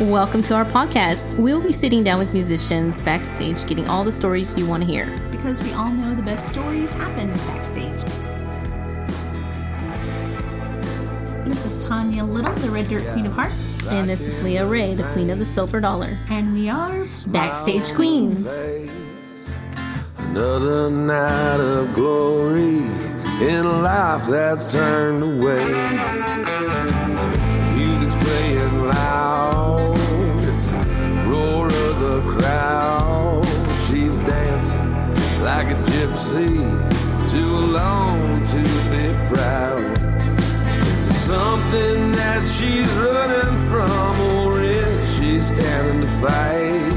Welcome to our podcast. We'll be sitting down with musicians backstage, getting all the stories you want to hear. Because we all know the best stories happen backstage. This is Tanya Little, the Red Dirt Queen of Hearts, And this is Leah Ray, the queen of the silver dollar. and we are Backstage Queens. Another night of glory in a life that's turned away. Music's playing loud, it's the roar of the crowd. She's dancing like a gypsy, too alone to be proud. Is it something that she's running from, or is she standing to fight?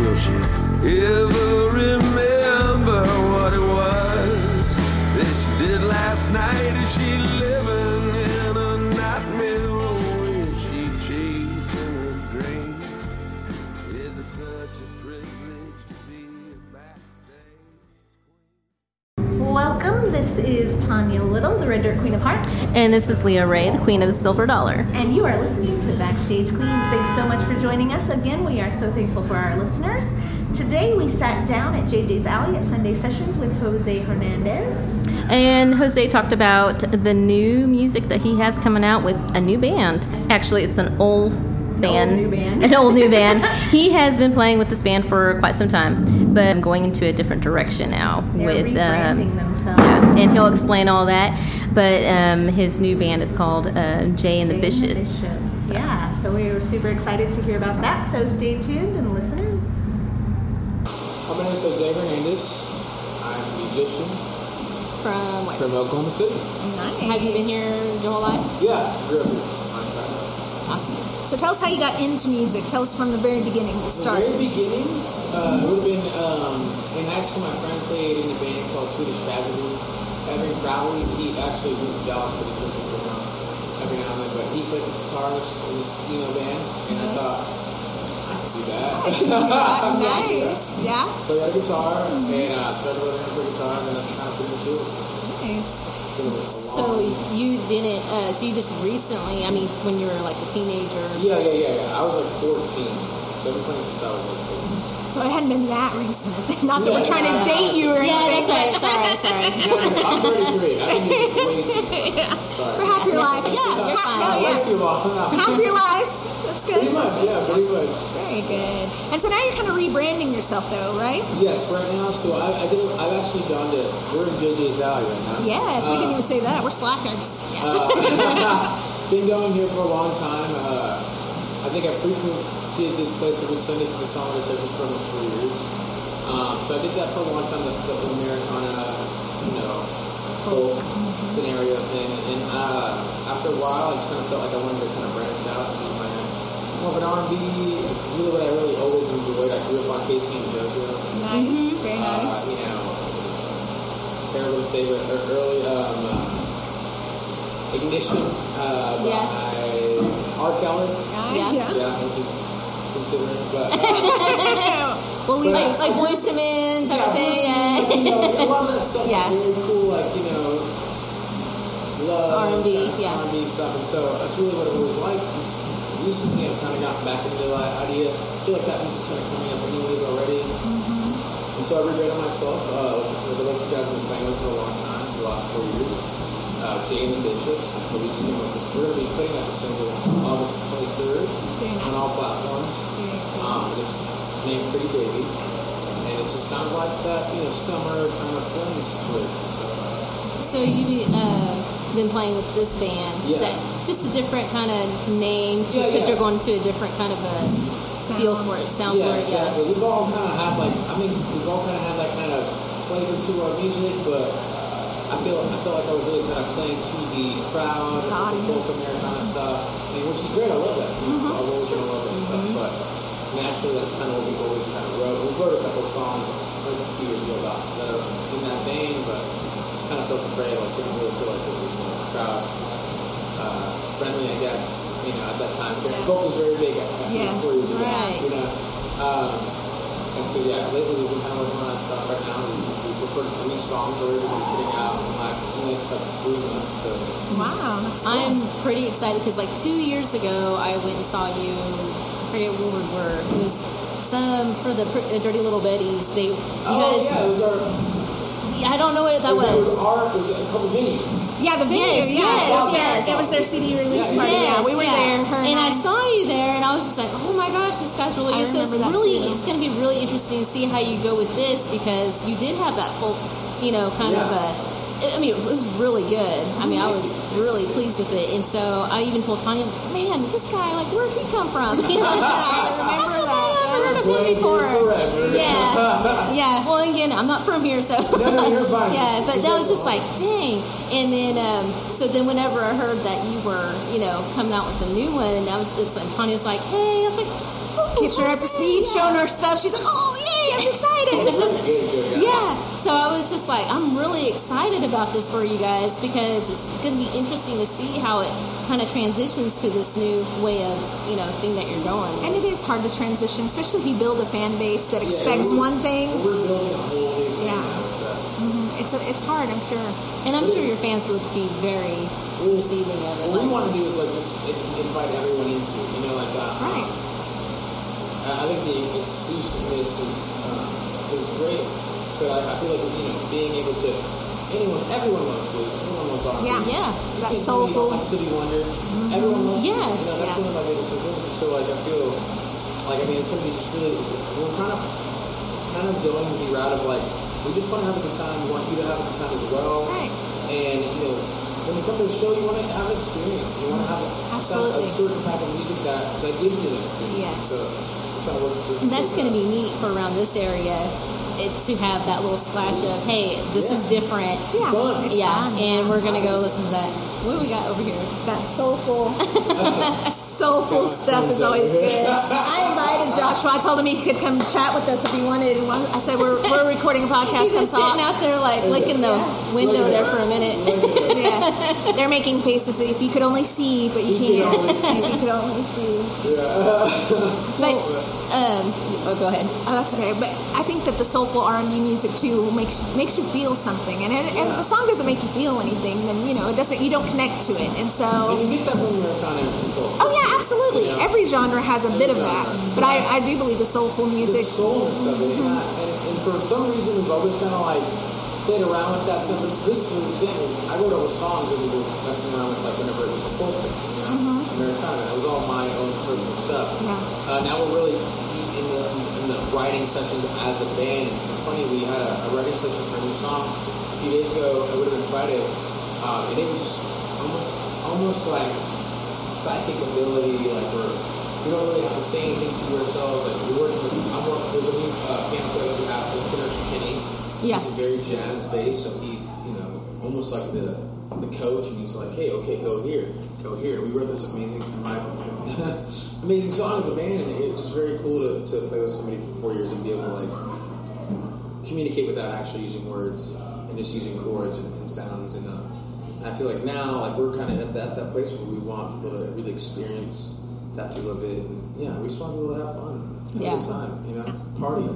Will she ever remember what it was that she did last night? Is she living in a nightmare, or is she chasing a dream? Is it such a privilege to be backstage? Welcome. This is Tanya Little, the Red Dirt Queen of Hearts, And this is Leah Ray, the queen of the silver dollar. and you are listening to Backstage Queens. Thanks so much for joining us. Again, we are so thankful for our listeners. Today, we sat down at JJ's Alley at Sunday Sessions with Jose Hernandez. And Jose talked about the new music that he has coming out with a new band. Actually, it's an old band. new band. An old new band. He has been playing with this band for quite some time, but I'm going into a different direction now They're with um, rebranding themselves. Yeah, and he'll explain all that. But um, his new band is called uh, Jay and the Bishes. Bishops. Yeah, so we were super excited to hear about that. So stay tuned and listen in. My name is Jose Hernandez. I'm a musician From where? from Oklahoma City. Have you been here your whole life? Yeah, I grew up here. From So tell us how you got into music. Tell us from the very beginning, the The start. very beginnings, uh, it would have been um, in high school. My friend played in a band called Swedish Tragedy. Evan Crowley, he actually moved to Dallas, but he's looking for now. Every now and then, but he played the guitarist in this you know band, and I thought I can do that. Oh, nice. Yeah. so I got a guitar, and uh, started learning to play guitar, and then I kind of pretty much it. Nice. It's been a long So you didn't. Uh, so you just recently. I mean, when you were like a teenager. Yeah, yeah, yeah, yeah. I was like 14. So I've been playing since I was like 14. So it hadn't been that recent. Not that we're trying to Yeah. date you or Yeah, that's anything. right. Sorry, sorry. No, no, no, I'm 33. I didn't even explain to you. For Sorry. half your life. Yeah, you're half, fine. No, I yeah. went too long. Half your life. That's good. Pretty much, yeah, pretty much. Very good. And so now you're kind of rebranding yourself, though, right? Yes, right now, so I, I did, I've actually gone to, we're in JJ's Alley right now. Yes, we didn't even say that. We're slackers. Yeah. Uh, Been going here for a long time. Uh, I think I frequented this place every Sunday for the summer to church for almost four years. Um, so I did that for a long time, the, the Americana, you know, folk scenario thing. And uh, after a while, I just kind of felt like I wanted to kind of branch out and do my own. More of an R&B. It's really what I really always enjoyed. I grew up on Casey and JoJo Nice. Very nice. uh, you know, terrible to say, but er- early um, uh, ignition uh, by Yeah. Art Gallen. Yeah. Yeah. yeah. Yeah, which is considerate, but uh, We'll leave Like it. like Boyz II Men type of yeah, thing. personally, you know, a lot of that stuff Yeah. is really cool, like you know, love R&B, that yeah. R&B stuff, and so that's really what it was like. Just recently, I've kind of gotten back into the like, idea. I feel like that music's kind of coming up anyways already. And so I regretted myself. Uh, with the rest of you guys have been playing with for a long time, for the last four years. Uh, Jane and Bishops. And so we just came up with this. We're going to be putting out a single August 23rd on all platforms. Um, and it's named Pretty Baby. And it's just kind of like that, you know, summer kind of film situation. So, So you uh, been playing with this band. Is Yeah. that just a different kind of name? Just Yeah, because yeah. you're going to a different kind of a feel for it, sound yeah, for it. Yeah. exactly. We've all kind of had like, I mean, we've all kind of had that kind of flavor to our music, but I feel I felt like I was really kind of playing to the crowd, the folk Americana stuff, and which is great. I love that. I've always gonna love that stuff, but naturally, that's kind of what we've always kind of wrote. We wrote a couple songs like a few years ago about that are in that vein, but kind of felt afraid. Like didn't really feel like it was you know, crowd uh, friendly, I guess. You know, at that time, folk was very big. At, at Yes, four years ago, right. You know. Um, and so yeah, lately we've been kind of working on that stuff right now. We've, we've recorded three songs already. We're putting out in like the next like three months. So Wow. Uh, I'm pretty excited because like two years ago, I went and saw you forget where we were. It was some for the pr- uh, Dirty Little Betties. They, you oh, guys, yeah, it was our. I don't know what that it was, was. it was our. It was a couple venues. Yeah, the venue. Yes, yes, yeah, that was their- yes. that was their CD release Yeah, party. Yes, yeah, we were there. Her and I saw you there, and I was just like, "Oh my gosh, this guy's really I good." So it's remember that really, too. it's going to be really interesting to see how you go with this because you did have that full, you know, kind of Yeah. a. I- I mean, it was really good. I mean, I was really pleased with it, and so I even told Tanya, I was like, "Man, this guy, like, where'd he come from?" You know, I I've never remember that. heard of him Brand new before. forever. Yeah, yeah. Well, again, I'm not from here, so no, you're fine. yeah, but It's that was okay. just like, dang. And then, um, so then whenever I heard that you were, you know, coming out with a new one, I was, it's, and Tanya's like, hey, I was like, oh, Get her up to speed, showing her stuff. She's like, oh, yay, I'm excited. Good, good, yeah. yeah. So I was just like, I'm really excited about this for you guys because it's going to be interesting to see how it kind of transitions to this new way of, you know, thing that you're going. with. and it is hard to transition, especially if you build a fan base that Yeah, expects we- one thing. We're building a whole new thing. Yeah. now with that. It's, a, it's hard, I'm sure. And I'm sure your fans would be very receiving of it. What we like- want to do is like just in- invite everyone into it. You know, like uh, Right. I I think the exclusiveness is um, is great, but I, I feel like you know being able to anyone, everyone loves blues, everyone loves R. Yeah. yeah. That Kids really soulful. don't like City Wonder. Mm-hmm. Everyone loves Yeah, it. You know, that's yeah. one of my biggest influences. So like I feel like I mean somebody's just really it's, we're kind of kind of going the route of like we just want to have a good time. We want you to have a good time as well. Right. And you know when you come to a show, you want to have an experience. You want to have a, some, a Absolutely. certain type of music that that gives you an experience. Yes. So we're trying to work through. And that's going to be neat for around this area it, to have that little splash of, hey, this is different. Yeah. Fun. It's yeah, fun. and we're going to go listen to that. What do we got over here? That soulful, soulful stuff is always good. I invited Joshua. I told him he could come chat with us if he wanted. I said we're, we're recording a He's podcast on just sitting top. out there, like, licking the window there for a minute. Yeah. They're making faces that if you could only see, but you You can't. can always If you could only see. But, um, oh, go ahead. Oh, that's okay. But I think that the soulful R and B music too makes makes you feel something. And, it, and if a song doesn't make you feel anything, then you know it doesn't. You don't connect to it. And so, oh And you get that from Americana and Control. yeah, absolutely. Yeah. Every genre has a bit of Every that. genre. But I, I do believe the soulful the music. soulness of it. And, I, and, and for some reason, we've always kind of like played around with that. So this, this for example, I wrote over songs that we were messing around with, like whenever it was a folk thing, you know, Americana. That was all my own personal stuff. Mm-hmm. Yeah. Uh, now we're really deep in the, in the writing sessions as a band. It's funny, we had a, a writing session for a new song a few days ago. It would have been Friday. Um, and it was almost, almost like psychic ability, like we're, we don't really have to say anything to ourselves. Like we work with, I'm work, there's a new uh, piano player that we have, this Peter Kenny. Yeah. He's very jazz based, so he's you know almost like the the coach, and he's like, hey, okay, go here, go here. We wrote this amazing, in my opinion, amazing song as a band, and it was very cool to, to play with somebody for four years and be able to like communicate without actually using words uh, and just using chords and, and sounds and, uh, and I feel like now like we're kind of at that, that place where we want people to really experience that feel of it and yeah we just want people to have fun have a Yeah. good time you know party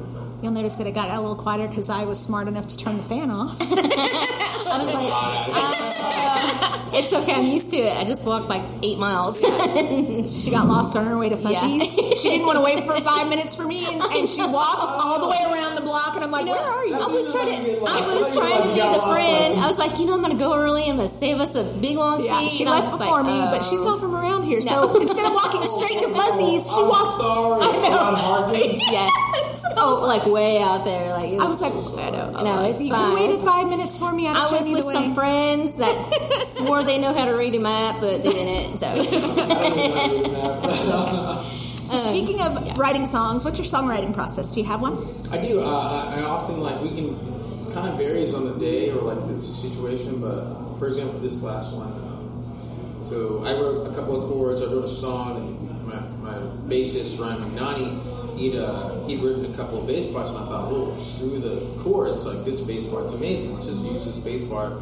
You'll notice that it got a little quieter because I was smart enough to turn the fan off. I was like, uh, it's okay, I'm used to it. I just walked like eight miles. She got lost on her way to Fuzzy's. She didn't want to wait for five minutes for me, and, and she walked all the way around the block. And I'm like, You know, where are you? I was trying to, That's I usually was like trying to you be got the lost, like- friend. I was like, you know, I'm gonna go early. I'm gonna save us a big long seat. Yeah, she And I was just left before like, me, but she's oh. not from around here. No. So instead of walking straight to Fuzzy's, she I'm walked. sorry Ron Harkins Yeah. Oh, like way out there. Like it I was- was like, I don't know. No, it's you fine. waited five minutes for me. I'm I was you with the way. some friends that swore they know how to read a map, but they didn't. So I don't even know who that was. So speaking of writing songs, what's your songwriting process? Do you have one? I do. Uh, I, I often like we can. It's, it's kind of varies on the day or like it's a situation. But for example, this last one. Um, so I wrote a couple of chords. I wrote a song. And my, my bassist Ryan McNaughty, he'd uh, he'd written a couple of bass parts, and I thought, well, screw the chords. Like this bass part's amazing. Let's just use this bass part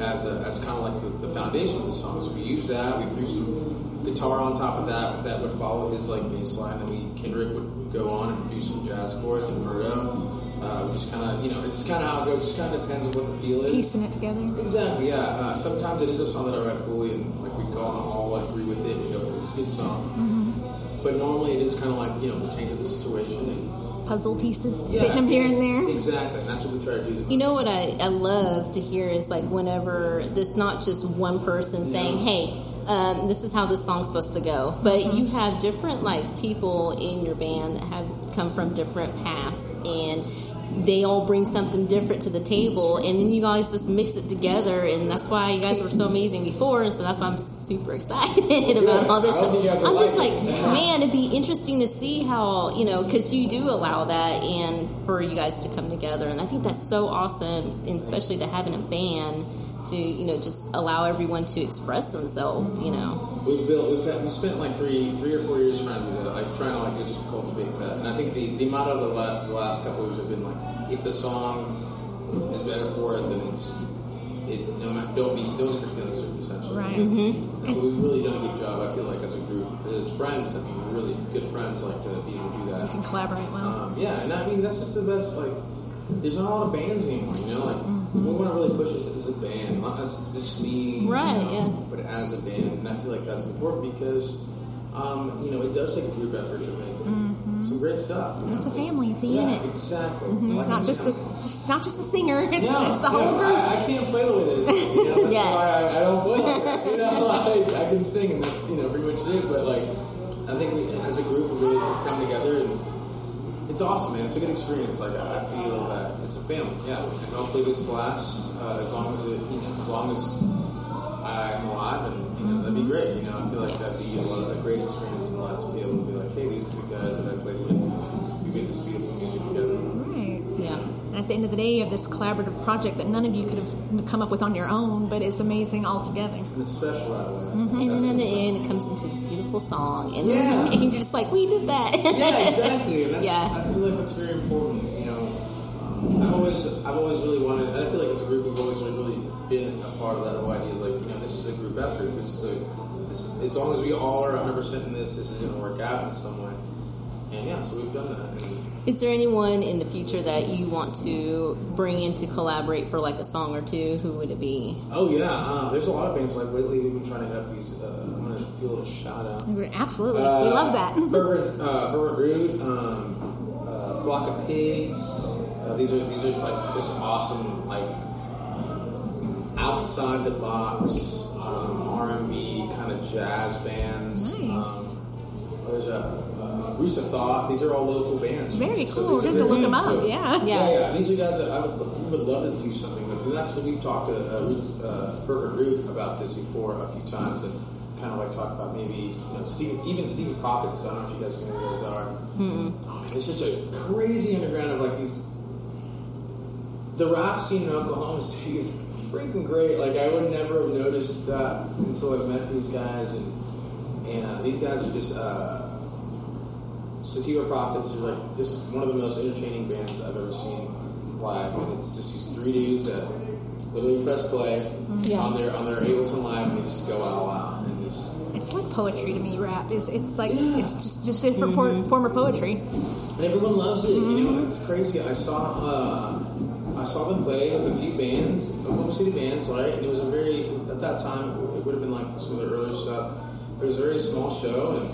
as a, as kind of like the, the foundation of the song. So we used that. We threw some guitar on top of that. That would follow his like bass line, and we Kendrick would go on and do some jazz chords and Birdo. Uh, we just kind of, you know, it's kind of how it goes. Just kind of depends on what the feel is. Piecing it together. Exactly, yeah. Uh, sometimes it is a song that I write fully, and like we all, all agree with it. We go, it's a good song. Mm-hmm. But normally it is kind of like, you know, changing the situation. And, Puzzle pieces, yeah, fitting them here and there. Exactly. And that's what we try to do. You know what I, I love to hear is like whenever there's not just one person saying, hey, um, this is how this song's supposed to go. But Mm-hmm. you have different like people in your band that have come from different paths and they all bring something different to the table and then you guys just mix it together and that's why you guys were so amazing before and so that's why I'm super excited about all this I hope you guys I'm will just like like it. man it'd be interesting to see how you know because you do allow that and for you guys to come together and I think that's so awesome and especially to having a band to you know just allow everyone to express themselves you know We've built, we've, had, we spent like three, three or four years trying to do that, like trying to like just cultivate that. And I think the, the motto of the, la- the last couple of years have been like, if the song is better for it, then it's, it, no, ma- don't be, don't let your feelings are essentially. Right. Hmm? And so we've really done a good job, I feel like, as a group, as friends, I mean, we're really good friends, like to be able to do that. You can collaborate well. Um, yeah, and I mean that's just the best. Like, there's not a lot of bands anymore. You know, like Mm-hmm. we want to really push this as a band, not as just me, you Right, know, yeah. But as a band, and I feel like that's important because, um, you know, it does take a group effort to make some great stuff. you know? Mm-hmm. It's a family, it's a yeah, unit. exactly. It's Like, not just you the know, it's not just the singer. It's, no, it's the no, whole group. I, I can't play the way they do. You know? That's Yeah. why I, I don't play. Like that. You know, like, I can sing, and that's you know pretty much it. But like, I think we, as a group, we really come together, and it's awesome, man. It's a good experience. Like I, I feel that it's a family. Yeah, and hopefully this lasts uh, as long as it, you know, as long as I'm alive, and you know that'd be great. You know, I feel like that'd be a lot of a great experience in life to be able to be like, hey, these are the guys that I played with. We made this beautiful music together. Right. yeah And At the end of the day, you have this collaborative project that none of you could have come up with on your own, but it's amazing all together. And it's special that way. Mm-hmm. and That's then in what's the end it comes into this beautiful song and, Yeah. and you're just like we did that yeah, exactly. And that's, Yeah. I feel like that's very important. You know, um, I've always, I've always really wanted. And I feel like as a group, we've always really been a part of that whole idea. Like, you know, this is a group effort. This is a, this, as long as we all are 100 percent in this, this is going to work out in some way. And yeah, so we've done that. And, Is there anyone in the future that you want to bring in to collaborate for like a song or two? Who would it be? oh yeah, uh, there's a lot of bands like lately. We've been trying to hit up these. Uh, I'm going to give a little shout out. We're- Absolutely. Uh, we love that. Fervent, uh, fervent root, um, uh, flock of pigs. Uh, these are these are like just awesome, like outside the box um, R and B kind of jazz bands. Nice. Um, there's a uh, Roots of Thought. These are all local bands. Very So cool. We're these are going to good look them bands. up. So- Yeah. Yeah. yeah, yeah. These are guys that I would, we would love to do something with. And that's we've talked to uh, Ruth, uh, Burger Root about this before a few times, and kind of like talked about maybe you know Steve, even Steve Prophets. I don't know if you guys know who those are. Oh man, there's such a crazy underground of like these. The rap scene in Oklahoma City is freaking great. Like I would never have noticed that until I met these guys, and and uh, these guys are just. Uh, Sativa Prophets are like this is one of the most entertaining bands I've ever seen live, and it's just these three dudes that literally press play Yeah. on their on their Ableton Live and they just go out loud and just It's like poetry to me, rap. It's, it's like, it's just, just a different Mm-hmm. por- form of poetry. and everyone loves it. You know, it's crazy. I saw uh, I saw them play with a few bands, Oklahoma City bands, right? And it was a very at that time it would have been like some of the earlier stuff. It was a very small show, and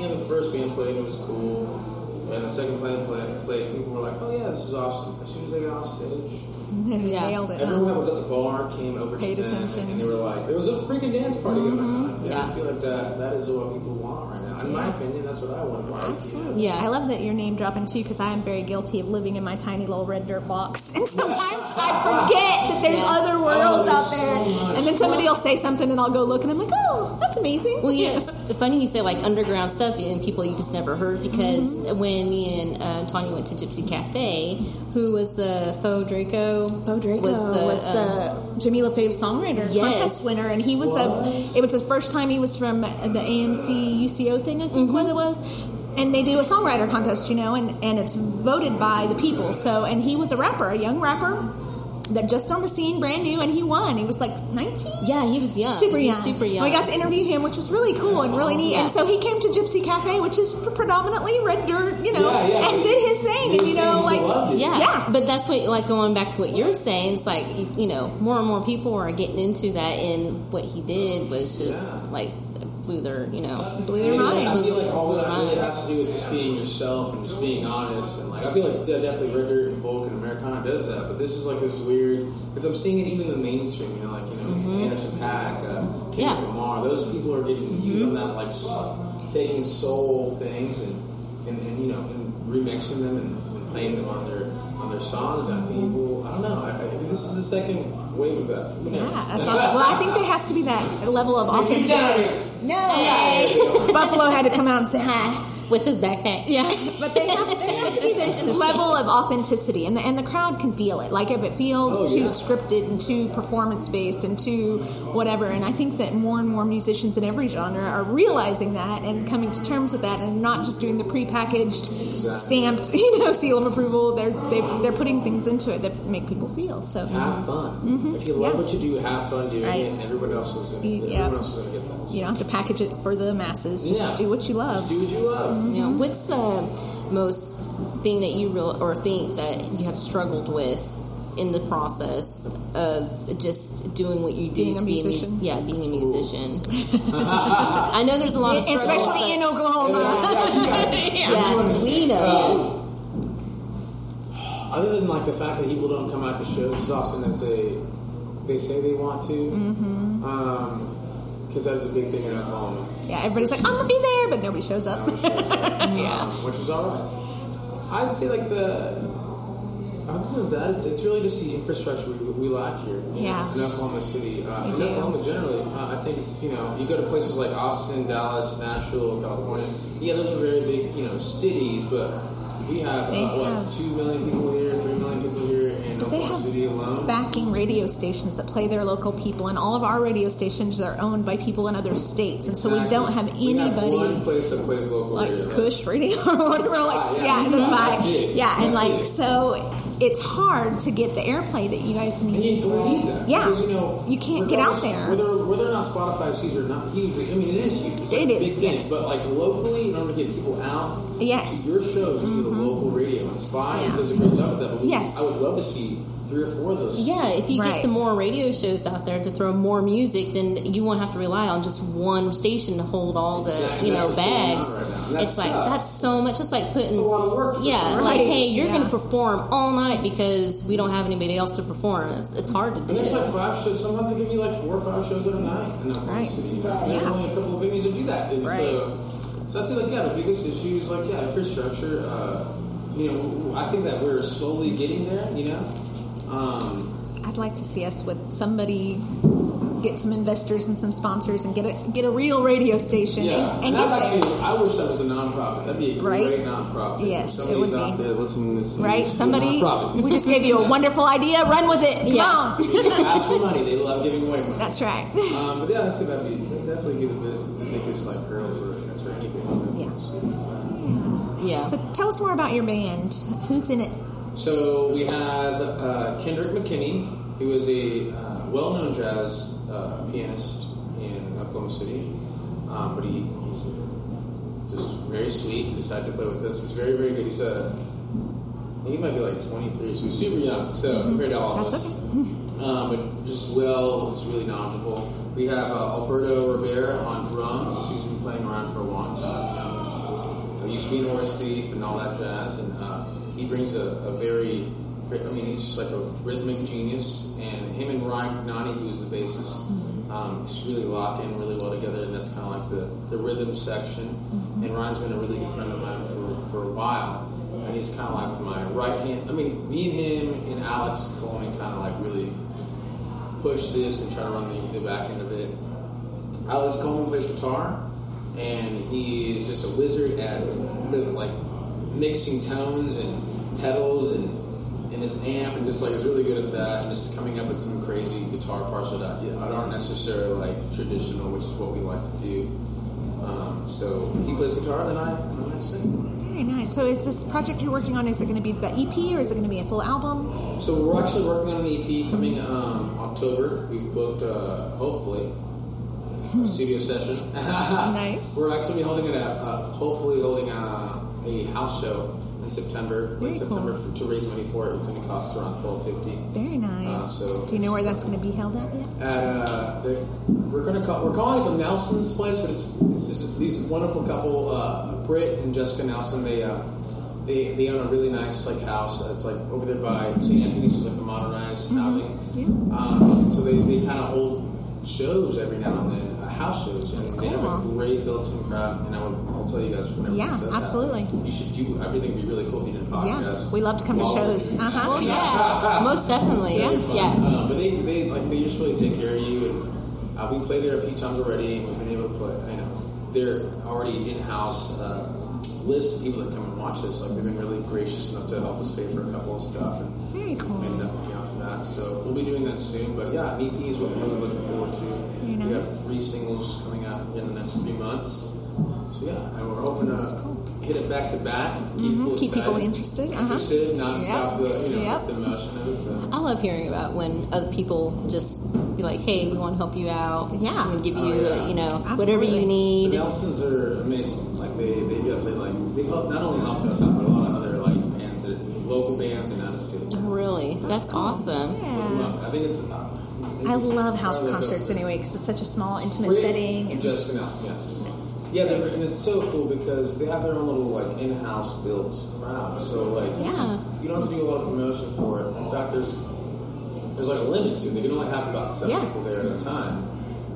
you know the first band played, it was cool. And the second band played, played, people were like, "Oh yeah, this is awesome." As soon as they got off stage, Yeah. Nailed it. Everyone that was at the bar came over um, Paid to them attention. Mm-hmm. and they were like, "There was a freaking dance party going on." And I Yeah. feel like that that is what people want right now. In my opinion, that's what I want. in life, you know? Absolutely. Yeah. I love that your name dropping too because I am very guilty of living in my tiny little red dirt box. And sometimes I forget that there's Yeah. other worlds Oh, out so there. much. and then somebody will say something and I'll go look and I'm like, oh, that's amazing. Well, yeah, it's funny you say like underground stuff and people you just never heard because Mm-hmm. when me and uh, Tanya went to Gypsy Cafe, who was the faux Draco? Bo Draco was was the, the, um, Jimmy LaFave songwriter Yes. contest winner, and he was a. It was his first time. He was from the AMC UCO thing, I think, what Mm-hmm. it was. And they do a songwriter contest, you know, and and it's voted by the people. So, and he was a rapper, a young rapper that just on the scene, brand new, and he won. He was like nineteen. Yeah, he was young. Super He young. Oh was Oh, super young. We got to interview him, which was really cool and really neat. And Yeah. so he came to Gypsy Cafe, which is predominantly red dirt, you know, Yeah, yeah. and did his thing. And you know, People like loved it. yeah. Yeah. But that's what, like, going back to what you're saying, it's like, you, you know, more and more people are getting into that, and what he did was just, Yeah. like, blew their, you know, Blew their mind. I feel like all that really has to do with just being yourself and just being honest. And like, I feel like yeah, definitely Ritter and Folk and Americana does that. But this is like this weird because I'm seeing it even in the mainstream. You know, like you know Mm-hmm. Anderson Paak, uh, Kendrick Yeah. Lamar. Those people are getting huge on that, like s- taking soul things and and, and you know and remixing them and, and playing them on their on their songs. And I think people, I don't know. I, I, this is the second wave of that. Who knows? Yeah, that's awesome. Well, I think there has to be that level of authenticity. No, Buffalo had to come out and say hi. with his backpack. Yeah, but they have, there has to be this level of authenticity, and the, and the crowd can feel it. Like if it feels Oh, too yeah. scripted and too performance based and too whatever, and I think that more and more musicians in every genre are realizing that and coming to terms with that, and not just doing the prepackaged, Exactly. stamped, you know, seal of approval. They're they, they're putting things into it that make people feel. So Have fun. If you love Mm-hmm. Yeah. what you do, have fun doing Right. it, and everyone else is gonna, Yeah. everyone else is gonna get that. you don't have to package it for the masses. Just Yeah. do what you love. Mm-hmm. Just do what you love. You know, what's the most thing that you real or think that you have struggled with in the process of just doing what you do Being a to be musician? a yeah, being a musician. I know there's a lot of struggles, especially in Oklahoma. but- yeah, we know. Other than like the fact that people don't come out to shows as often as they they say they want to, because Mm-hmm. that's a big thing in Oklahoma. Yeah, everybody's like, I'm gonna be there, but nobody shows Um, up. which is- um, which is alright. I'd say like the other than that, it's, it's really just the infrastructure we, we lack here. Yeah. In Oklahoma City, uh, in do. Oklahoma generally, uh, I think it's you know you go to places like Austin, Dallas, Nashville, California. Yeah, those are very big you know cities, but we have They uh, have- what two million people here, three million people here in They Oklahoma have City alone. backing radio stations that play their local people, and all of our radio stations are owned by people in other states, and so we don't have Exactly. We have anybody one place that plays local radio. like Kush Radio or whatever. Like, Yeah, yeah, that's that's why. it. Yeah, and That's like it. so, it's hard to get the airplay that you guys And need. you don't need that. Yeah. Because, you know, You can't get out regardless- there. Whether, whether or not Spotify's huge or not huge, I mean, it is huge. It's like It a big is, thing. yes. But, like, locally, in order to get people out Yes. to your shows, you Mm-hmm. need a local radio. And Spy Yeah. does a great job with that. But we- Yes. I would love to see three or four of those. Yeah, if you Right. get the more radio shows out there to throw more music, then you won't have to rely on just one station to hold all the Exactly. you know That's what's going on bags. right now. And that it's like sucks. that's so much. It's like putting It's a lot of work. Yeah, Right. like hey, you're Yeah. going to perform all night because we don't have anybody else to perform. It's, it's hard to do. And there's like five shows. Sometimes it can be like four or five shows at a night in Oklahoma Right. City. And there's Yeah. only a couple of venues that do that. And Right. so, so I see like yeah, the biggest issue is like yeah, infrastructure. Uh, you know, I think that we're slowly getting there. You know, um, I'd like to see us with somebody. Get some investors and some sponsors, and get a get a real radio station. yeah. and, and that's get there. actually I wish that was a nonprofit. That'd be a Right. great nonprofit. Yes, it somebody's would out be. there listening to this. right? this is a Somebody, nonprofit. we just gave you a wonderful idea. Run with it. Come Yeah. on. ask for money. They love giving away money. That's right. Um, but yeah, I'd say that'd, be, that'd definitely be the, best, the biggest like hurdle for, for any band. Yeah. So- Yeah. So tell us more about your band. Who's in it? So we have uh, Kendrick McKinney, who is a uh, well-known jazz uh, pianist in Oklahoma City, um, but he, he's just very sweet. Decided to play with us. He's very, very good. He's a he might be like 23, so he's super young. So compared to all of That's us, um, but just well, just really knowledgeable. We have uh, Alberto Rivera on drums, who's been playing around for a long time. Now. He's- He used to be an Orange Thief and all that jazz, and uh, he brings a, a very, I mean, he's just like a rhythmic genius. And him and Ryan Nani, who's the bassist, um, just really lock in really well together, and that's kind of like the, the rhythm section. And Ryan's been a really good friend of mine for, for a while, and he's kind of like my right hand. I mean, me and him and Alex Coleman kind of like really push this and try to run the, the back end of it. Alex Coleman plays guitar, and he is just a wizard at like mixing tones and pedals and and his amp and just like is really good at that and just coming up with some crazy guitar parts that, I- that aren't necessarily like traditional, which is what we like to do. Um, so he plays guitar, then I and I sing. Very nice. So is this project you're working on? Is it going to be the EP or is it going to be a full album? So we're actually working on an EP coming um, October. We've booked, uh, hopefully, a studio session. Nice. We're actually holding it at, uh, hopefully holding a, a house show in September, Very late cool. September, for, to raise money for it. It's going to cost around twelve fifty. Very nice. Uh, so- Do you know where that's going to be held at yet? at uh, the, we're gonna call we're calling it the Nelson's place, but it's, it's this, these wonderful couple, uh, Britt and Jessica Nelson. They uh, they they own a really nice like house. It's like over there by St. Anthony's, is like the modernized housing. Um, and so they, they kind of hold shows every now and then, uh, house shows, and they have a cool. great built-in crowd. And I will I'll tell you guys whenever Yeah, this does happen. absolutely. You should do. I really think it'd be really cool if you did a podcast. Yeah, we love to come to while we're shows. doing Uh that. huh. Well, Oh, yeah, most definitely. Yeah. yeah. Um, but they, they like they just really take care of you, and uh, we played there a few times already, and we've been able to play. You know, they're already in-house uh, list people that come and watch us. Like they've been really gracious enough to help us pay for a couple of stuff and Very cool. made enough money off of that. So we'll be doing that soon. But yeah, an EP is what we're really looking forward to. Very We have nice. three singles coming out in the next three months. So yeah, and we're hoping to That's cool. Mm-hmm. hit it back to back, keep people Keep people excited, interested. Uh huh. interested, not Yep. stop the you know Yep. the motion of it. So. I love hearing about when other people just be like, "Hey, we want to help you out. Yeah. and give you, Oh, yeah. uh, you know, whatever Absolutely. you The need." Nelsons are amazing. Like they, they definitely like they've helped, not only helped us out, but a lot of other like bands, that, local bands and out of state. bands. Really, that's, awesome. Yeah. Look, I think it's. Uh, I love house I don't know. concerts anyway because it's such a small, intimate Great. setting. and- Just for Nelson, yes. Yeah, they're, and it's so cool because they have their own little like in-house built crowd. So like, Yeah. you don't have to do a lot of promotion for it. In fact, there's there's like a limit to it. They can only have about seven Yeah. Mm-hmm. people there at a time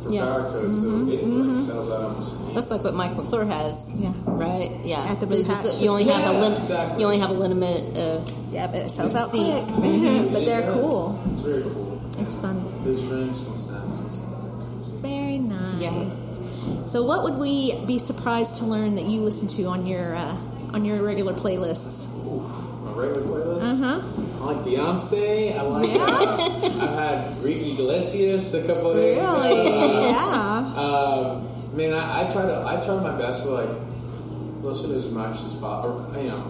for Yeah. power code, so it like, sells out almost immediately. That's like what Mike McClure has, Yeah. right? Yeah, At the But it's Blue just Hat. that you only have a Yeah, limit. exactly. You only have a limit of Yeah, but it sells out quick. Seats. Mhm. But It they're does. cool. It's very cool. It's And fun. There's drinks and snacks and stuff. Very nice. Yes. So, what would we be surprised to learn that you listen to on your uh, on your regular playlists? Ooh, my regular playlist. Uh huh. I like Beyonce. I like. Uh, I've had Ricky Iglesias a couple of days ago. yeah. Um, man, I, I try to. I try my best to like listen as much as possible. You know,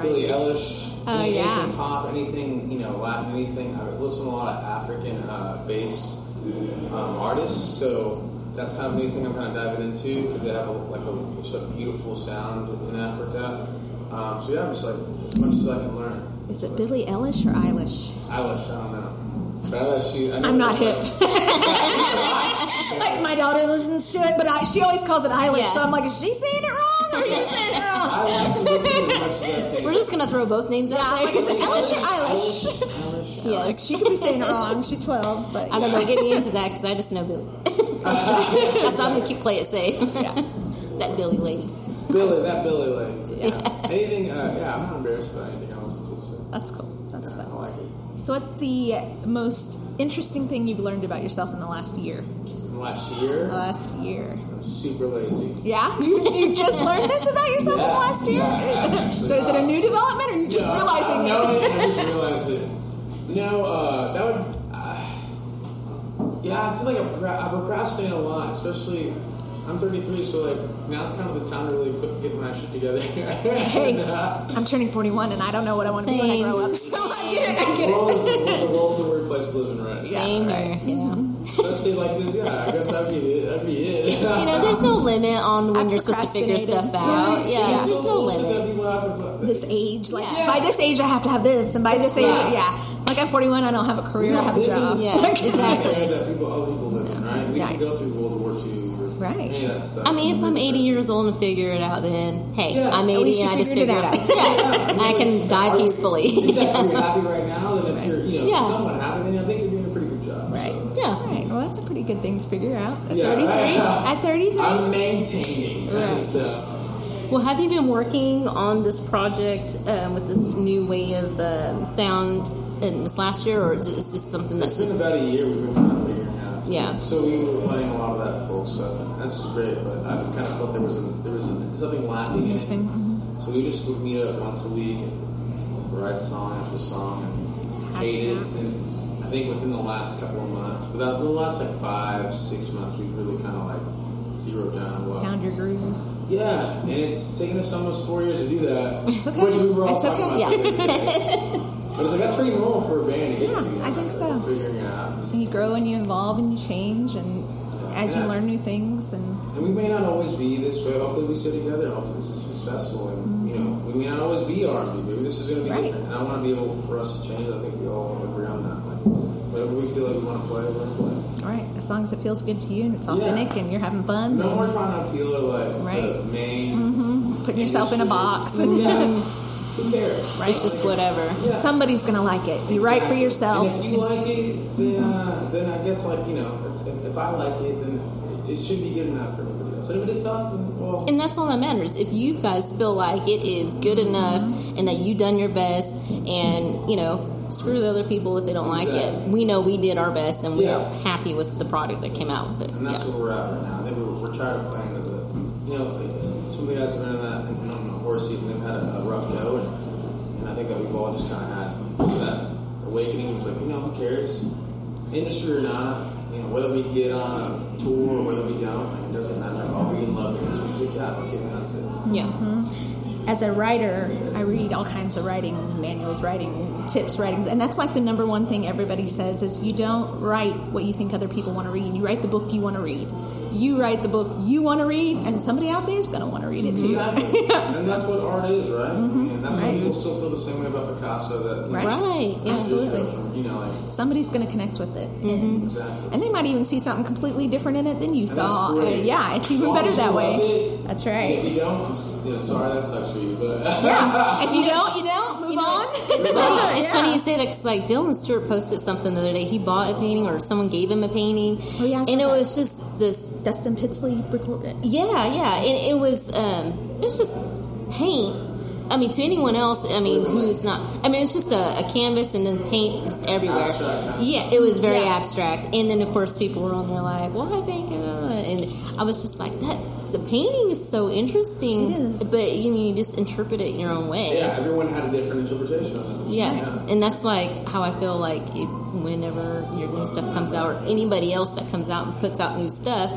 Billie Right. Eilish. Oh, any- yeah. Anything pop, anything you know, Latin, anything. I listen to a lot of African uh, bass um, artists, so that's kind of a new thing I'm kind of diving into because they have a, like a, just a beautiful sound in Africa. Um, so yeah, I'm just like as much as I can learn. Is it Billie Eilish or Eilish? Eilish, I don't know. But Eilish, she, I know I'm not she- hip. like my daughter listens to it, but I, she always calls it Eilish. Yeah. So I'm like, is she saying it wrong? Or are you saying it I wrong? like to listen to as much as I can. We're just gonna throw both names out I'm like, there. is it Eilish or Eilish? Eilish, Eilish. Yes. Like, she could be saying it wrong. She's 12, but I don't know. Get me into that because I just know Billy. so I'm gonna keep play it safe. that Billy lady. Billy, that Billy lady. Yeah. Anything? Uh, yeah, I'm not embarrassed about anything I listen to. So that's cool. That's I fun. like it. So, what's the most interesting thing you've learned about yourself in the last year? Last year, Last year. I'm super lazy. Yeah? You just learned this about yourself in the Yeah. last year? Yeah, I'm actually- so, is it a new development or you just No, I- realizing I- No, it? no, no, I just realized it. No, uh, that would. Uh, yeah, it's like a pro- I procrastinate a lot, especially. I'm 33, so like now it's kind of the time to really put, get my shit together. Hey, I'm turning 41 and I don't know what I want to be when I Same. grow up. So, I get it. I get it. the world's, the world's a weird place to live in right now. Same here. Yeah. Let's say like this. Yeah, I guess that'd be it. That'd be it. You know, there's no limit on when I've you're supposed to figure procrastinated. stuff out. Right. Yeah, Yeah. there's no bullshit limit. that people have to fuck- This age, like Yeah. by this age, I have to have this, and by this age, Yeah. yeah, like I'm 41, I don't have a career, I have a job. Yeah, Like- exactly. Yeah, that people, other people live in, right? We Right. can go through World War II. Or, Right. Any of that stuff. I mean, if I'm 80 years old and figure it out, then hey, Yeah, I'm at 80 least and you I just figured it figured it out. Yeah. Yeah, I can die peacefully. Exactly. You're happy right now, then if you're, you know, Yeah. somewhat happy, then I think you're doing a pretty good job. Right. So. Yeah, Right. Well, that's a pretty good thing to figure out at Yeah. 33. At 33. I'm maintaining. Right. So, Well, have you been working on this project um, with this new way of um, sound in this last year, or is this just something that's it's been just about a year we've been kind of figuring out. Yeah. So we were playing a lot of that folk stuff. and That's just great, but I kind of felt there was a, there was something lacking. in it. Missing. So we just would meet up once a week and write song after song and Hash hate it it. out. And I think within the last couple of months, but that, the last like five, six months, we've really kind of like zeroed down what. Found your groove. Yeah, and it's taken us almost four years to do that, It's okay. which we were all It's talking okay, about. the other day. but it's like that's pretty normal for a band to get Yeah, to. you know, I think like, so. Figuring it out, And you grow and you evolve and you change and as you Yeah. learn new things and and we may not always be this way. Hopefully, we sit together. Hopefully, this is successful, and you You know, we may not always be R&B. Maybe this is going to be Right. different. And I want to be able for us to change. I think we all agree on that. Like, whatever we feel like we want to play, we're going to play. All right, as long as it feels good to you and it's Yeah. authentic and you're having fun, No then more trying to appeal to like the Right. Mm-hmm. main. putting yourself in a box. and Yeah. Who cares? It's just whatever. Yeah. Somebody's gonna like it. You write for Exactly. yourself. And if you like it, then uh, then I guess like you know, it's- if, if I like it, then it should be good enough for everybody else. And if it's not, then well, And that's all that matters. If you guys feel like it is good enough and that you done your best and, you know, screw the other people if they don't like it. Exactly. We know we did our best and we Yeah. are happy with the product that came out with it. and that's Yeah. where we're at right now. I think we're, we're tired of playing with it. You know, some of the guys have been in that and on the horse seat and they've had a, a rough go, and, and I think that we've all just kind of had that awakening. It was like, you know, who cares? Industry or not, you know, whether we get on a tour or whether we don't, like, it doesn't matter. I'll be in love with this music. Yeah, okay, then that's it. Yeah. Mm-hmm. as a writer, I read all kinds of writing manuals, writing tips, writings, and that's like the number one thing everybody says is you don't write what you think other people want to read. You write the book you want to read. You write the book you want to read, and somebody out there is going to want to read it too. Mm-hmm. Exactly. and that's what art is, right? And that's why people still feel the same way about Picasso that Right. Right. Yeah. Absolutely. you know, like Somebody's going to connect with it, and, exactly. and they might even see something completely different in it than you saw. that's great. Uh, yeah, it's As even long better as you that love way. it, That's and If right. you don't, I'm s- you know, sorry that sucks for you, but Yeah. If you don't, you don't. Move You know, on. It's funny, it's funny you say that because like Dylan Stewart posted something the other day. He bought a painting or someone gave him a painting, Oh, yeah, I saw and it that. was just this. Dustin Pitsley recorded. Yeah, yeah, and it was um, it was just paint. I mean, to anyone else, I mean, who is not? I mean, it's just a, a canvas and then paint just everywhere. Abstract, huh? Yeah, it was very Yeah. abstract. And then of course people were on there like, "Well, I think," uh, and I was just like, "That the painting is so interesting, It is. but you know, you just interpret it in your own way." yeah, everyone had a different interpretation of it. Yeah, and that's like how I feel like if whenever your new stuff comes out, or anybody else that comes out and puts out new stuff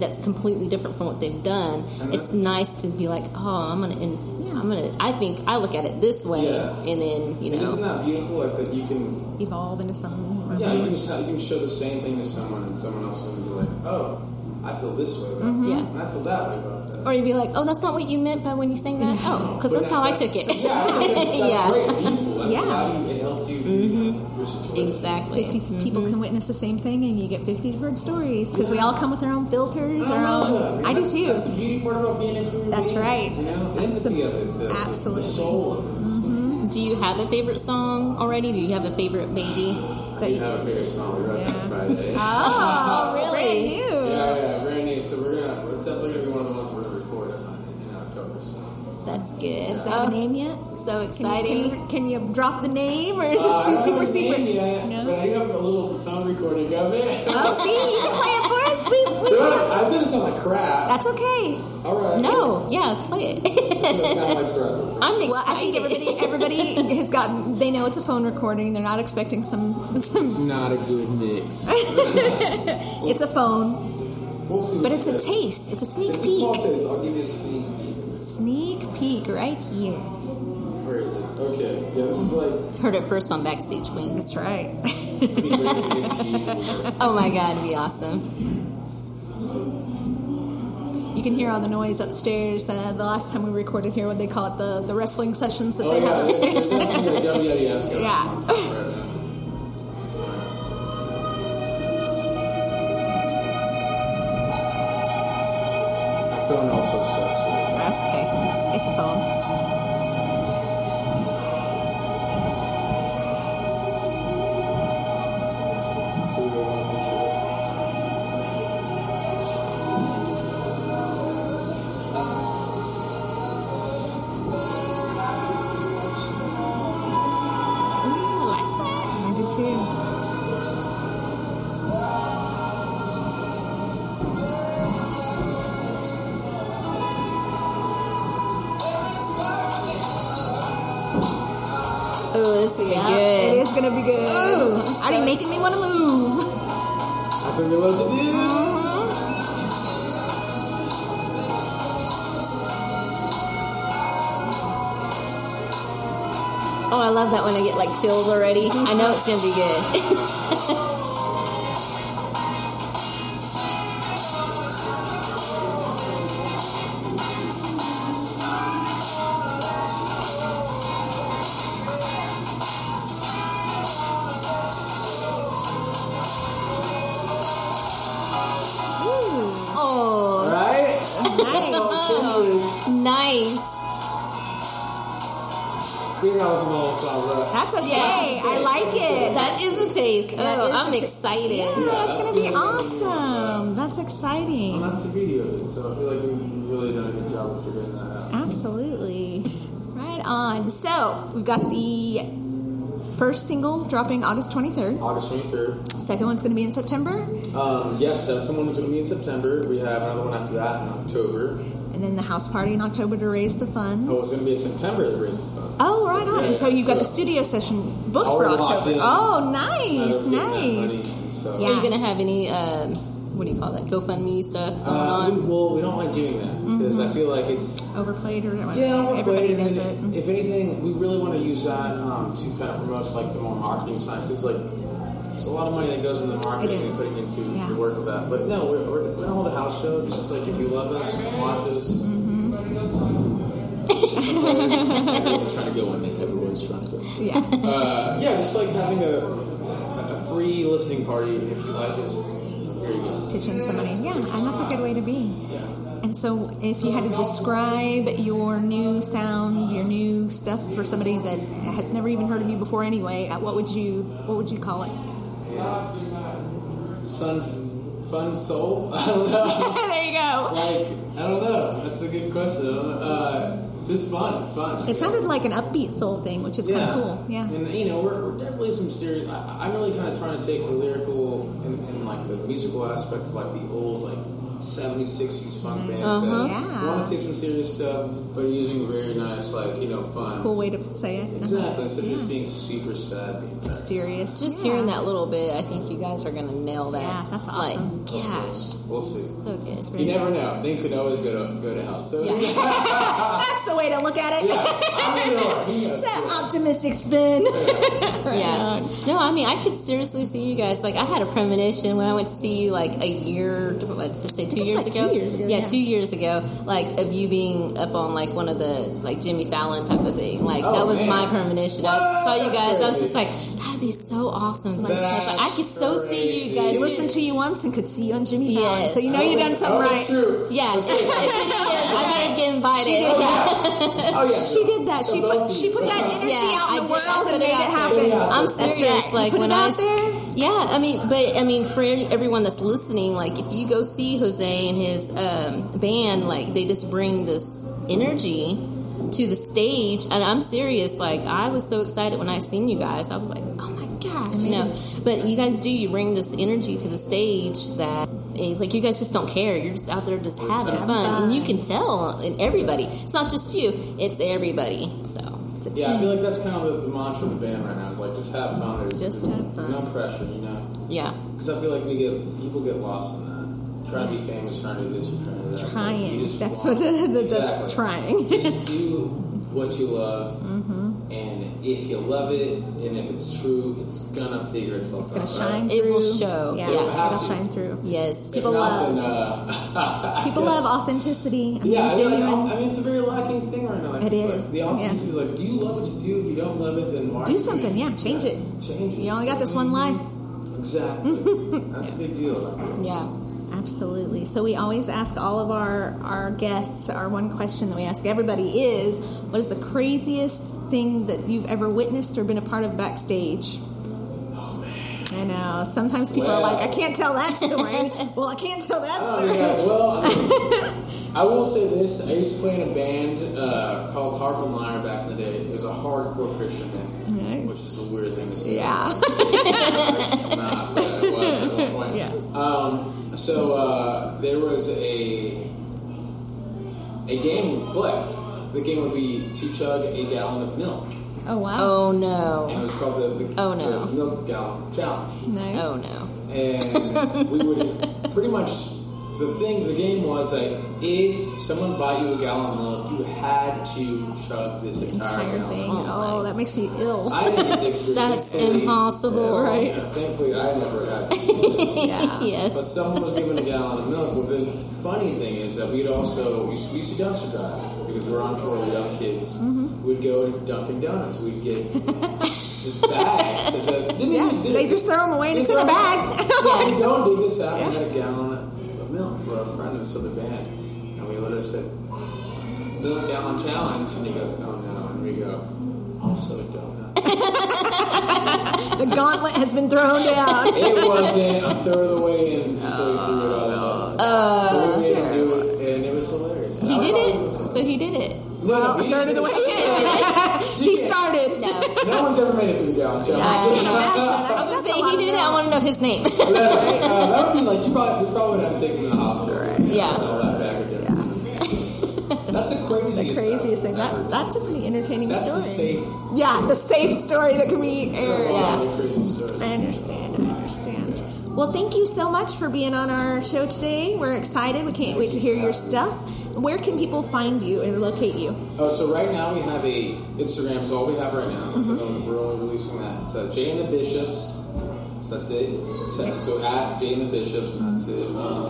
that's completely different from what they've done, And it's that- nice to be like, oh, I'm gonna, and, yeah, I'm gonna. I think I look at it this way, Yeah. and then you And isn't know, that beautiful? Like that you can, Evolve into something. yeah, you can, just have, you can show the same thing to someone, and someone else will be like, oh, I feel this way, about that. Yeah. and I feel that way about that. or you'd be like, oh, that's not what you meant by when you sang that. Oh, because But that's that- how I that- took it. Yeah, I think that's, that's yeah, great, beautiful. I'm Yeah. glad you- it helped you. through, you know, your situation. exactly. Mm-hmm. 50 Mm-hmm. people can witness the same thing and you get 50 different stories because we all come with our own filters our own i do that's- too Oh. That's the beauty part about being a human That's being, right. You know, the That's empathy the- of it, the- the, absolutely. the soul of it. Do you have a favorite song already? Do you have a favorite baby? But- We have a favorite song. We wrote that on Friday. yeah, oh Really? brand new yeah, very neat. So we're gonna, it's definitely gonna be one of the ones we're gonna record in, in October. So. That's good. Does it have a Oh, name yet so can exciting. you, can, you, can you drop the name or is it Uh, I too don't super have a name secret Yet, No? But I have a little phone recording of it. oh see you can play it for us we, we, I was gonna sound like crap. that's okay All right. No, yeah, play it. It's gonna sound like crap. I'm excited. well i think everybody everybody has gotten they know it's a phone recording they're not expecting some some Not a good mix. it's a phone We'll see. but what it's a you get. taste it's a sneak It's a small peek taste. I'll give you a sneak peek. sneak peek right here Where is it? Okay. Yeah, this is like heard it first on Backstage Queens. that's right the greatest huge. Oh my god, it'd be awesome. You can hear all the noise upstairs. Uh, the last time we recorded here, what they call it, the, the wrestling sessions that Oh they yeah, have it's, upstairs. it's definitely a WWF. going Yeah. on top right now. Phone also sucks. That's okay. It's a phone. So we go on I do too. Oh, this would be Uh, It good. is gonna be good. Ooh, Oh, already making me want to move. to it. That's what we love to do. Mm-hmm. Oh, I love that when I get like chills already. I Mm-hmm. know it's gonna be good. Oh, beer I was low, so I left. That's okay. I like it. That is a taste. That oh, is I'm a ta- excited. yeah, it's gonna be awesome. That's And exciting. that's the beauty of it. So I feel like we've really done a good job of figuring that out. Absolutely. Right on. So we've got the first single dropping August 23rd. August 23rd. Second one's going to be in September, Um, yes, second one is going to be in September. We have another one after that in October. and then the house party in October to raise the funds. Oh, it's going to be in September to raise the funds. Oh, right on. and so Yeah, you've got the so- studio session booked for Already locked October. in. Oh, nice, Instead of getting that nice. money, So. Are Yeah. you gonna have any? Um, what do you call that? GoFundMe stuff going Uh, we, on? well, we don't like doing that because I feel like it's Overplayed or whatever. yeah, Everybody overplayed. does and it. If anything, we really want to use that um, to kind of promote like the more marketing side because like there's a lot of money that goes into marketing It is. and putting into Yeah. the work of that. But no, we're, we're gonna hold a house show. Just like if you love us, watch us. Mm-hmm. Everyone's trying to go in there. Everyone's trying to go. In. Yeah. Uh, yeah, just like having a, a free listening party. If you like us, here you go. pitch in some money. Yeah, and that's a good way to be. And so, if you had to describe your new sound, your new stuff for somebody that has never even heard of you before, anyway, uh, what would you what would you call it? Sun, fun soul. I don't know. there you go. Like, I don't know. That's a good question. I don't know. Uh, this fun, fun. It sounded like an upbeat soul thing, which is kind of cool. Yeah, And you know, we're, we're definitely some serious. I, I'm really kind of trying to take the lyrical and, and like the musical aspect of like the old like 70s, 60s funk bands. Uh-huh. That Mm-hmm. Yeah. want to take some serious stuff, but using very nice like you know fun. cool way to say it. Uh-huh. Exactly. Instead of just Yeah. being super sad. The entire time. Serious. Just yeah. hearing that little bit, I think you guys are gonna nail that. Yeah, that's awesome. Like, gosh, We'll see. so good. You never know. Things could always go to go to hell. So Yeah. yeah, That's the way to look at it. I'm New York. it's an optimistic spin. Yeah. No, I mean, I could seriously see you guys. Like, I had a premonition when I went to see you, like, a year, what did I say, two it's years like ago? two years ago, Yeah, yeah. two years ago, like, of you being up on, like, one of the, like, Jimmy Fallon type of thing. Like, Oh, that was man. my premonition. I Wow, saw you that's guys. I was just crazy. like, that'd be so awesome. Like, That's I could so see you crazy. guys. She do- listened to you once and could see you on Jimmy Fallon, Yes. so you know you done something oh, right. It's true. yeah, if it is, I better get invited. She did. Oh yeah. She did that. She put she put that energy Yeah, out in I did. the I world put and it made it out happen. there. Yeah. I'm That's serious. right. Like put when it I out there. Yeah, I mean, but I mean, for any, everyone that's listening, like if you go see Jose and his um, band, like they just bring this energy to the stage, and I'm serious. Like I was so excited when I seen you guys. I was like, oh my gosh, you know. But you guys do. You bring this energy to the stage that it's like you guys just don't care. You're just out there just having fun, and you can tell in everybody. It's not just you; it's everybody. So. Yeah, I feel like that's kind of the, the mantra of the band right now. Is like just have fun. There's Just have fun. No pressure, you know. Yeah, Because I feel like we get people get lost in that. Trying to be famous, trying to do this, trying to do that. It's like, you Trying. just That's what want- the, the, the exactly. trying. Just do what you love, Mm-hmm. and if you love it, and if it's true, it's gonna figure itself It's gonna out. shine. It will through. show. Yeah, Yeah. it'll shine through. yes. If People not, love. then, uh, People love authenticity. I mean, Yeah, I, like, genuine. I mean it's a very lacking thing right now. Like, It it's is, Like, the awesome yeah. is like, do you love what you do? If you don't love it, then why? are Do you something, doing yeah, change it. Change it. you only got this one life. Exactly. That's a big deal. I feel. Yeah. Absolutely. So we always ask all of our our guests. Our one question that we ask everybody is, "What is the craziest thing that you've ever witnessed or been a part of backstage?" I know. Sometimes people are Well. like, "I can't tell that story." well, I can't tell that story. I Oh, don't know, guys. Oh, Well, I, mean, I will say this: I used to play in a band uh, called Harp and Lyre back in the day. It was a hardcore Christian band, which Nice. is a weird thing to say. Yeah. I'm not, but I was at one point. Yes. Um, so uh, there was a a game we played. The game would be to chug a gallon of milk, Oh wow. Oh no. and it was called the, the, Oh, no. the milk gallon challenge. Nice. Oh no. and we would pretty much the thing the game was that if someone bought you a gallon of milk, you had to chug this entire, Entire gallon. thing. Oh, Oh, that makes me ill. I didn't get to experience. That's thankfully- impossible, yeah, right? yeah, thankfully, I never had. To yes. but someone was given a gallon of milk. Well, the funny thing is that we'd also we used, we used to dumpster dive because we're on tour with young kids. We'd go to Dunkin' Donuts. We'd get just bags. of the- didn't Yeah. even- They just throw them away and it's in a bag. yeah, we go and dig this out. We had a gallon of milk for our friend that's in the band, and we literally said, "Milk gallon challenge," and he goes, "Oh no!" And we we go. "Oh, Also, donut. The gauntlet has been thrown down. it wasn't a third of the way in until he threw it all Oh, out. Uh, we made him do it, and it was hilarious. He did it, so he did it. well, a third of the way in. he started. No. No one's ever made it through the down challenge. That's- I was that's a gonna lot say of he did it. milk. I want to know his name. Right, uh, that would be like you probably, we probably would have taken him to the hospital. Yeah. All that baggage. That's the The craziest. craziest thing. That, that's a pretty entertaining That's the story. safe. Yeah, the safe story that can be aired. Yeah. The crazy story. I understand. I understand. Well, thank you so much for being on our show today. We're excited. We can't wait to hear your stuff. Where can people find you and locate you? Oh, so right now we have a Instagram is all we have right now. At the moment, We're only releasing that. It's uh, Jay and the Bishops. So that's it. Te- So at Jay and the Bishops, and that's it. Um,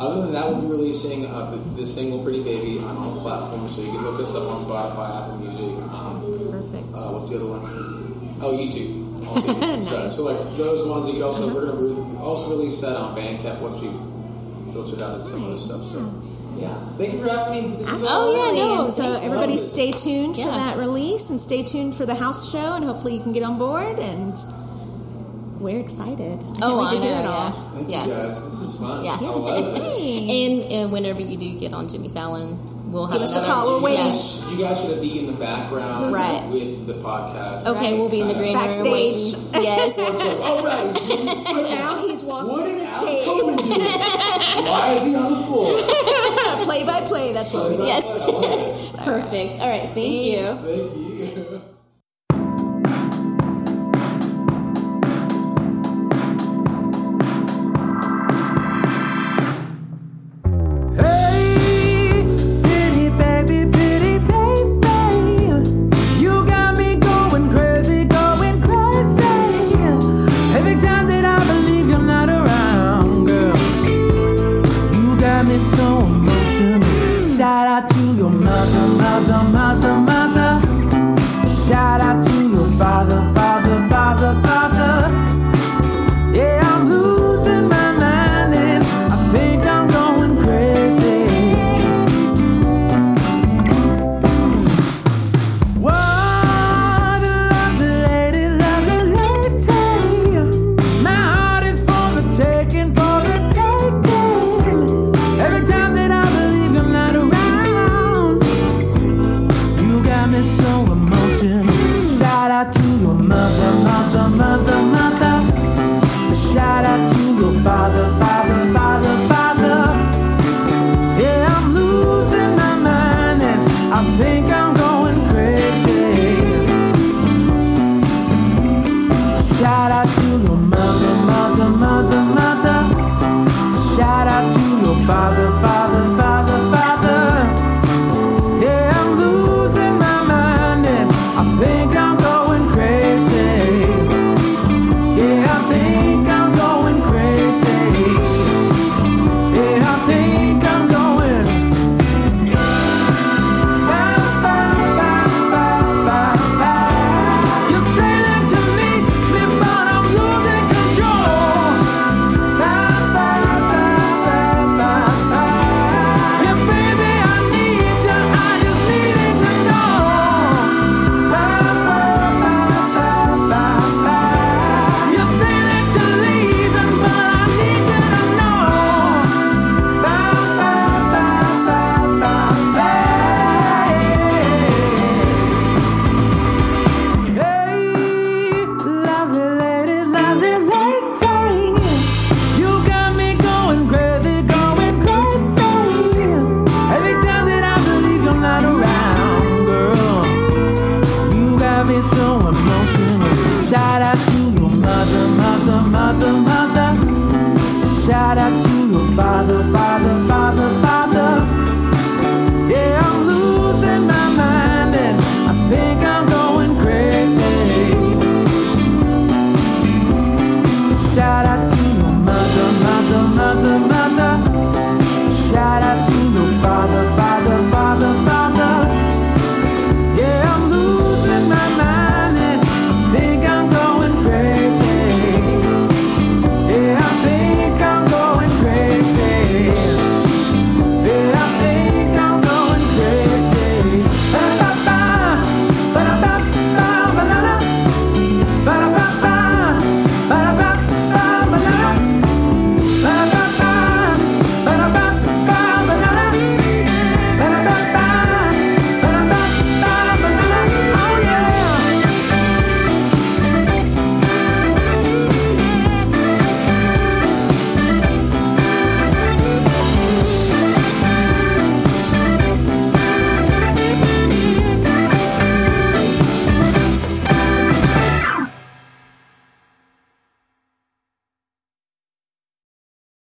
other than that, we'll be releasing uh, the, the single "Pretty Baby" on all platforms. So you can look us up on Spotify, Apple Music. Um, Perfect. uh, what's the other one? Oh, YouTube. Also YouTube. Sorry. Nice. So like those ones, you can also we're gonna re- also release that on Bandcamp once we've filtered out some of the stuff. So yeah, thank you for having me. This is Oh, yeah, Absolutely. no, And so thanks. everybody Love it. stay tuned for Yeah. that release and stay tuned for the house show and hopefully you can get on board and we're excited. Oh, Can't I wait to hear it know. Thank Yeah. you yeah. guys. This is fun. Yeah. I love it. Hey. And, and whenever you do get on Jimmy Fallon, we'll have Give us a another- call. We're Yeah. waiting. You guys should be in the background Right. with the podcast. Okay, we'll be in the green room. Backstage. waiting. Yes. All right, Jimmy. And now he's walked What to the is Al stage. Coleman doing? Why is he on the floor? Play by play, that's what we do. Yes. Perfect. All right. Thank you. Thank you.